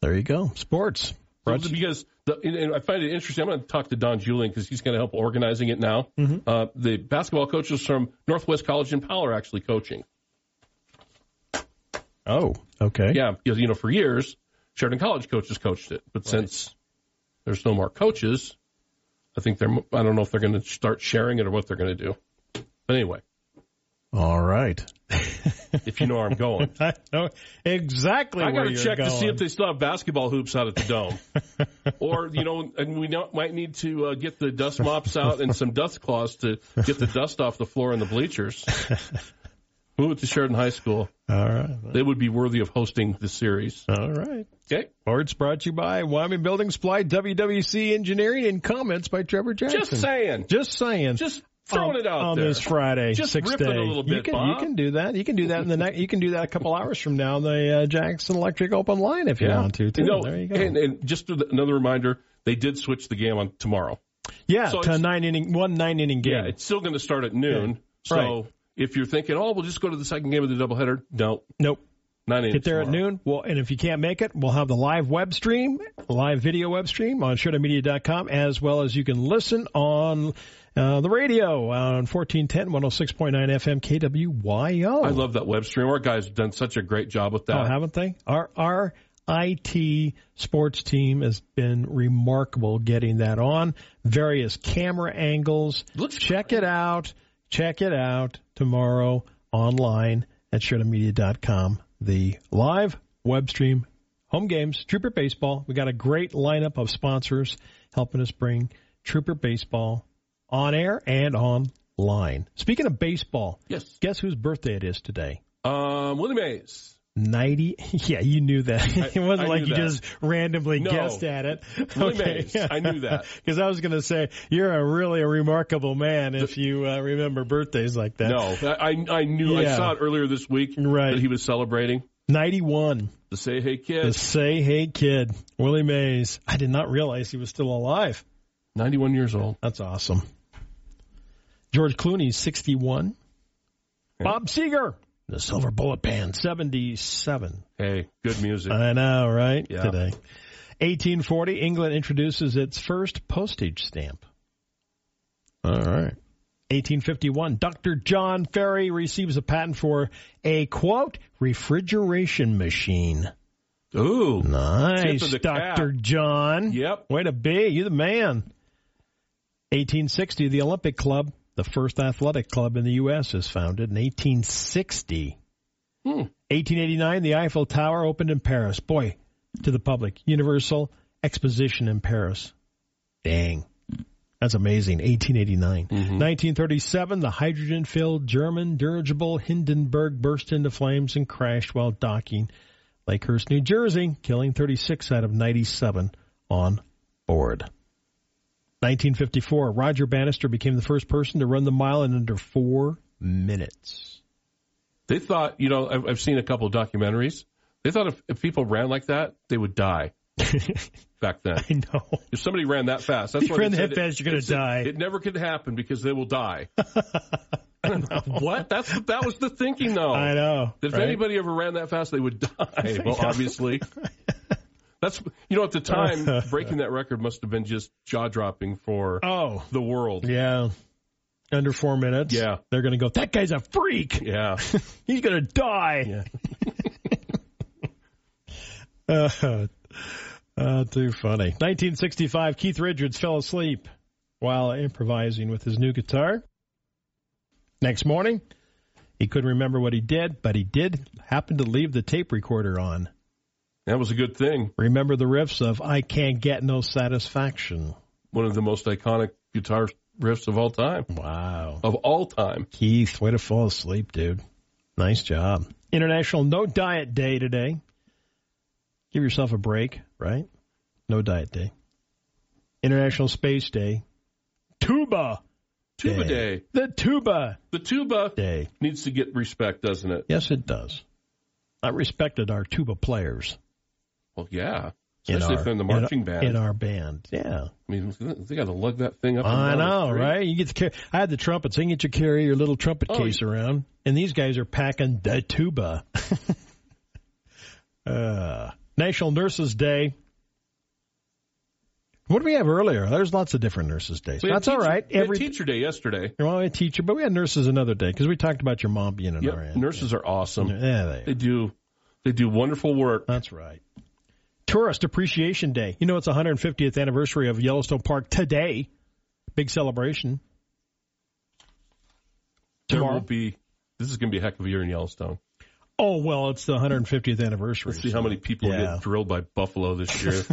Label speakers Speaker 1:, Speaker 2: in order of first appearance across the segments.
Speaker 1: There you go. Sports.
Speaker 2: Brunch. Because the, and, and I find it interesting. I'm going to talk to Don Julian because he's going to help organizing it now. Uh, the basketball coaches from Northwest College and Powell are actually coaching.
Speaker 1: Oh, okay.
Speaker 2: Yeah, because you know for years Sheridan College coaches coached it, but since there's no more coaches, I think they're. I don't know if they're going to start sharing it or what they're going to do. But anyway,
Speaker 1: All right.
Speaker 2: if you know where I'm going,
Speaker 3: I know exactly
Speaker 2: I
Speaker 3: where
Speaker 2: got to
Speaker 3: you're
Speaker 2: check
Speaker 3: going.
Speaker 2: to see if they still have basketball hoops out at the dome, or you know, and we don't, might need to uh, get the dust mops out and some dust cloths to get the dust off the floor and the bleachers. Move it to Sheridan High School.
Speaker 3: All right.
Speaker 2: They would be worthy of hosting the series.
Speaker 3: All right.
Speaker 2: Okay,
Speaker 3: Sports brought to you by Wyoming Building Supply, WWC Engineering, and comments by Trevor Jackson.
Speaker 2: just saying,
Speaker 3: Just saying.
Speaker 2: just
Speaker 3: on,
Speaker 2: throwing it out
Speaker 3: on
Speaker 2: there.
Speaker 3: this Friday,
Speaker 2: Just
Speaker 3: sixth
Speaker 2: rip it a
Speaker 3: day.
Speaker 2: little
Speaker 3: you
Speaker 2: bit,
Speaker 3: can
Speaker 2: Bob.
Speaker 3: you can do that. You can do that in the next. You can do that a couple hours from now. on The uh, Jackson Electric Open Line, if you want to. Too.
Speaker 2: You know,
Speaker 3: there you go.
Speaker 2: And, and just to the- another reminder, they did switch the game on tomorrow.
Speaker 3: yeah,
Speaker 2: so
Speaker 3: to
Speaker 2: it's-
Speaker 3: nine inning, one nine inning game.
Speaker 2: Yeah, it's still going to start at noon. So
Speaker 3: Right.
Speaker 2: if you're thinking, oh, we'll just go to the second game of the doubleheader, no,
Speaker 3: nope.
Speaker 2: nine innings
Speaker 3: Get there at
Speaker 2: tomorrow.
Speaker 3: noon. Well, and if you can't make it, we'll have the live web stream, live video web stream on com, as well as you can listen on uh, the radio on 1410 106.9 FM KWYO.
Speaker 2: I love that web stream. Our guys have done such a great job with that.
Speaker 3: Oh, haven't they? Our our IT sports team has been remarkable getting that on various camera angles.
Speaker 2: Looks
Speaker 3: check it out. Check it out tomorrow online at com. The live web stream, home games, Trooper Baseball. We got a great lineup of sponsors helping us bring Trooper Baseball on air and online. Speaking of baseball,
Speaker 2: Yes.
Speaker 3: guess whose birthday it is today?
Speaker 2: Um, Willie Mays.
Speaker 3: 90 yeah you knew that it wasn't
Speaker 2: I
Speaker 3: like
Speaker 2: knew
Speaker 3: you
Speaker 2: that.
Speaker 3: just randomly
Speaker 2: No.
Speaker 3: guessed at it
Speaker 2: Willie Mays. I knew that.
Speaker 3: because i was going to say you're a really a remarkable man if you uh, remember birthdays like that
Speaker 2: No, I I I knew I
Speaker 3: Yeah.
Speaker 2: saw it earlier this week
Speaker 3: Right.
Speaker 2: that he was celebrating
Speaker 3: 91
Speaker 2: the Say Hey
Speaker 3: the
Speaker 2: Kids.
Speaker 3: say hey kid willie mays i did not realize he was still alive
Speaker 2: 91 years old.
Speaker 3: that's awesome george clooney 61 bob seger the silver bullet band 77
Speaker 2: Hey, good music.
Speaker 3: I know, right?
Speaker 2: Yeah.
Speaker 3: Today. 1840, England introduces its first postage stamp. All right. 1851, Dr. John Ferry receives a patent for a quote, refrigeration machine. Uh,
Speaker 2: Ooh.
Speaker 3: Nice,
Speaker 2: the cap.
Speaker 3: Dr. John.
Speaker 2: Yep.
Speaker 3: Way to be. You're the man. 1860, the Olympic Club, the first athletic club in the U.S., is founded in 1860. 1889, the Eiffel Tower opened in Paris. Boy, to the public. Universal Exposition in Paris. Dang. That's amazing. 1889. 1937, the hydrogen filled German dirigible Hindenburg burst into flames and crashed while docking Lakehurst, New Jersey, killing 36 out of 97 on board. 1954, Roger Bannister became the first person to run the mile in under four minutes.
Speaker 2: They thought, you know, I've, I've seen a couple of documentaries. They thought if, if people ran like that, they would die back then.
Speaker 3: I know.
Speaker 2: If somebody ran that fast, that's
Speaker 3: You
Speaker 2: why they
Speaker 3: ran that
Speaker 2: said it-
Speaker 3: fast, you're gonna
Speaker 2: it's- it-
Speaker 3: die.
Speaker 2: It, never could happen because they will die. what? That's that was the thinking though.
Speaker 3: I know.
Speaker 2: That if
Speaker 3: right?
Speaker 2: anybody ever ran that fast, they would die. Well, obviously. That's you know at the time breaking that record must have been just jaw dropping for
Speaker 3: Oh,
Speaker 2: the world.
Speaker 3: yeah. Under four minutes.
Speaker 2: Yeah.
Speaker 3: They're going to go, that guy's a freak.
Speaker 2: Yeah.
Speaker 3: He's going to die. uh, uh, too funny. 1965, Keith Richards fell asleep while improvising with his new guitar. Next morning, he couldn't remember what he did, but he did happen to leave the tape recorder on.
Speaker 2: That was a good thing.
Speaker 3: Remember the riffs of I Can't Get No Satisfaction.
Speaker 2: One of the most iconic guitar riffs of all time.
Speaker 3: Wow.
Speaker 2: Of all time.
Speaker 3: Keith, way to fall asleep, dude. Nice job. International No Diet Day today. Give yourself a break, right? No Diet Day. International Space Day. Tuba.
Speaker 2: Tuba
Speaker 3: Day.
Speaker 2: Day.
Speaker 3: The Tuba
Speaker 2: The tuba
Speaker 3: Day.
Speaker 2: needs to get respect, doesn't it?
Speaker 3: Yes, it does. I respected our tuba players.
Speaker 2: Well, yeah.
Speaker 3: in
Speaker 2: Especially
Speaker 3: our-
Speaker 2: if they're in the marching
Speaker 3: in,
Speaker 2: band.
Speaker 3: In our band. Yeah.
Speaker 2: I mean, they got to lug that thing up. and
Speaker 3: I
Speaker 2: down the
Speaker 3: know,
Speaker 2: street.
Speaker 3: right? You get to carry. I had the trumpets. I can get you carry your little trumpet
Speaker 2: Oh,
Speaker 3: case around, and these guys are packing the tuba. uh, National Nurses Day. What did we have earlier? There's lots of different Nurses Days.
Speaker 2: had
Speaker 3: That's all
Speaker 2: teacher-
Speaker 3: right.
Speaker 2: we had
Speaker 3: Every
Speaker 2: teacher day yesterday.
Speaker 3: well, we had teacher, but we had nurses another day because we talked about your mom being an
Speaker 2: Yep.
Speaker 3: RN.
Speaker 2: Nurses are awesome.
Speaker 3: Yeah, they are.
Speaker 2: They do they do wonderful work.
Speaker 3: That's right. Tourist Appreciation Day. You know, it's 150th anniversary of Yellowstone Park today. Big celebration.
Speaker 2: There
Speaker 3: Tomorrow.
Speaker 2: will be this is going to be a heck of a year in Yellowstone.
Speaker 3: Oh, well, it's the 150th anniversary.
Speaker 2: See how many people
Speaker 3: Yeah.
Speaker 2: get drilled by buffalo this year.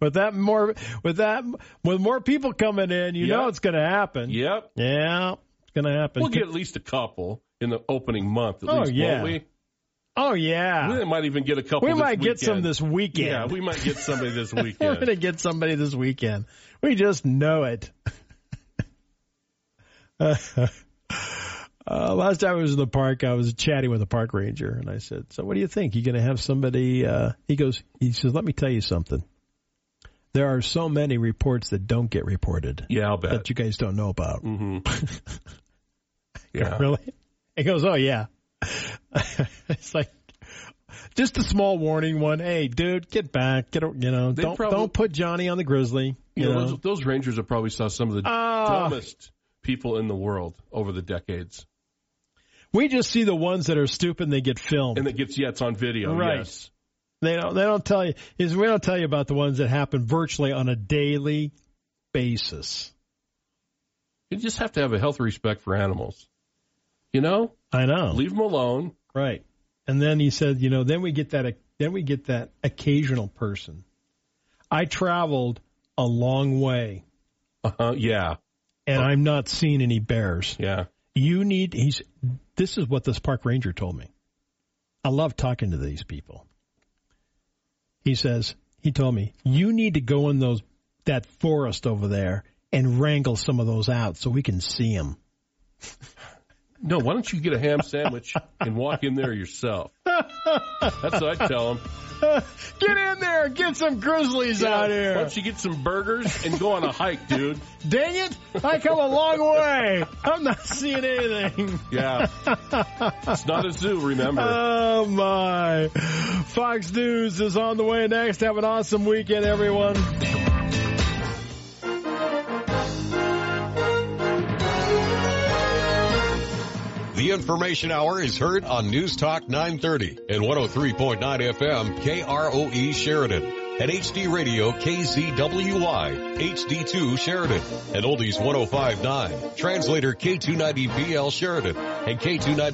Speaker 3: With that more, with that, with more people coming in, you
Speaker 2: Yeah.
Speaker 3: know it's going to happen.
Speaker 2: yep.
Speaker 3: Yeah, it's going to happen.
Speaker 2: We'll get at least a couple in the opening month at
Speaker 3: Oh,
Speaker 2: least,
Speaker 3: yeah.
Speaker 2: won't we?
Speaker 3: oh
Speaker 2: We
Speaker 3: yeah,
Speaker 2: might even get a couple
Speaker 3: we
Speaker 2: this
Speaker 3: might get some
Speaker 2: weekend.
Speaker 3: this weekend.
Speaker 2: Yeah, we might get somebody this
Speaker 3: We're going
Speaker 2: weekend.
Speaker 3: to get somebody this weekend. We just know it. uh, last time I was in the park, I was chatting with a park ranger, and I said, "So, what do you think? You going to have somebody?" Uh, he goes, "He says, let me tell you something. There are so many reports that don't get reported
Speaker 2: yeah, I'll bet.
Speaker 3: that you guys don't know about.
Speaker 2: hmm yeah.
Speaker 3: Really?" He goes, "Oh yeah." it's like. Just a small warning one. Hey, dude, get back. Get a- you know,
Speaker 2: They
Speaker 3: don't
Speaker 2: probably-
Speaker 3: don't put Johnny on the grizzly.
Speaker 2: You
Speaker 3: You
Speaker 2: know,
Speaker 3: know,
Speaker 2: those, those Rangers have probably saw some of the
Speaker 3: Ah.
Speaker 2: dumbest people in the world over the decades.
Speaker 3: We just see the ones that are stupid and they get filmed.
Speaker 2: And it gets, yeah, it's on video.
Speaker 3: Right.
Speaker 2: Yes.
Speaker 3: they don't they don't tell you is we don't tell you about the ones that happen virtually on a daily basis.
Speaker 2: You just have to have a healthy respect for animals. You know,
Speaker 3: I know.
Speaker 2: leave them alone.
Speaker 3: Right. And then he said, you know, then we get that then we get that occasional person. I traveled a long way
Speaker 2: Uh-huh. Yeah.
Speaker 3: and I'm not seeing any bears.
Speaker 2: Yeah.
Speaker 3: You need he's this is what this park ranger told me. I love talking to these people. He says, he told me, you need to go in those that forest over there and wrangle some of those out so we can see them.
Speaker 2: No, why don't you get a ham sandwich and walk in there yourself? That's what I tell them.
Speaker 3: Get in there, get some grizzlies out
Speaker 2: Why
Speaker 3: here.
Speaker 2: don't you get some burgers and go on a hike, dude?
Speaker 3: Dang it, I come a long way. I'm not seeing anything.
Speaker 2: Yeah. It's not a zoo, remember.
Speaker 3: Oh my. Fox News is on the way next. Have an awesome weekend, everyone.
Speaker 4: The Information Hour is heard on News Talk 930 and 103.9 FM KROE E Sheridan. And HD Radio KZWY, HD2 Sheridan, oh and Oldies 1059, Translator K290BL Sheridan, and K290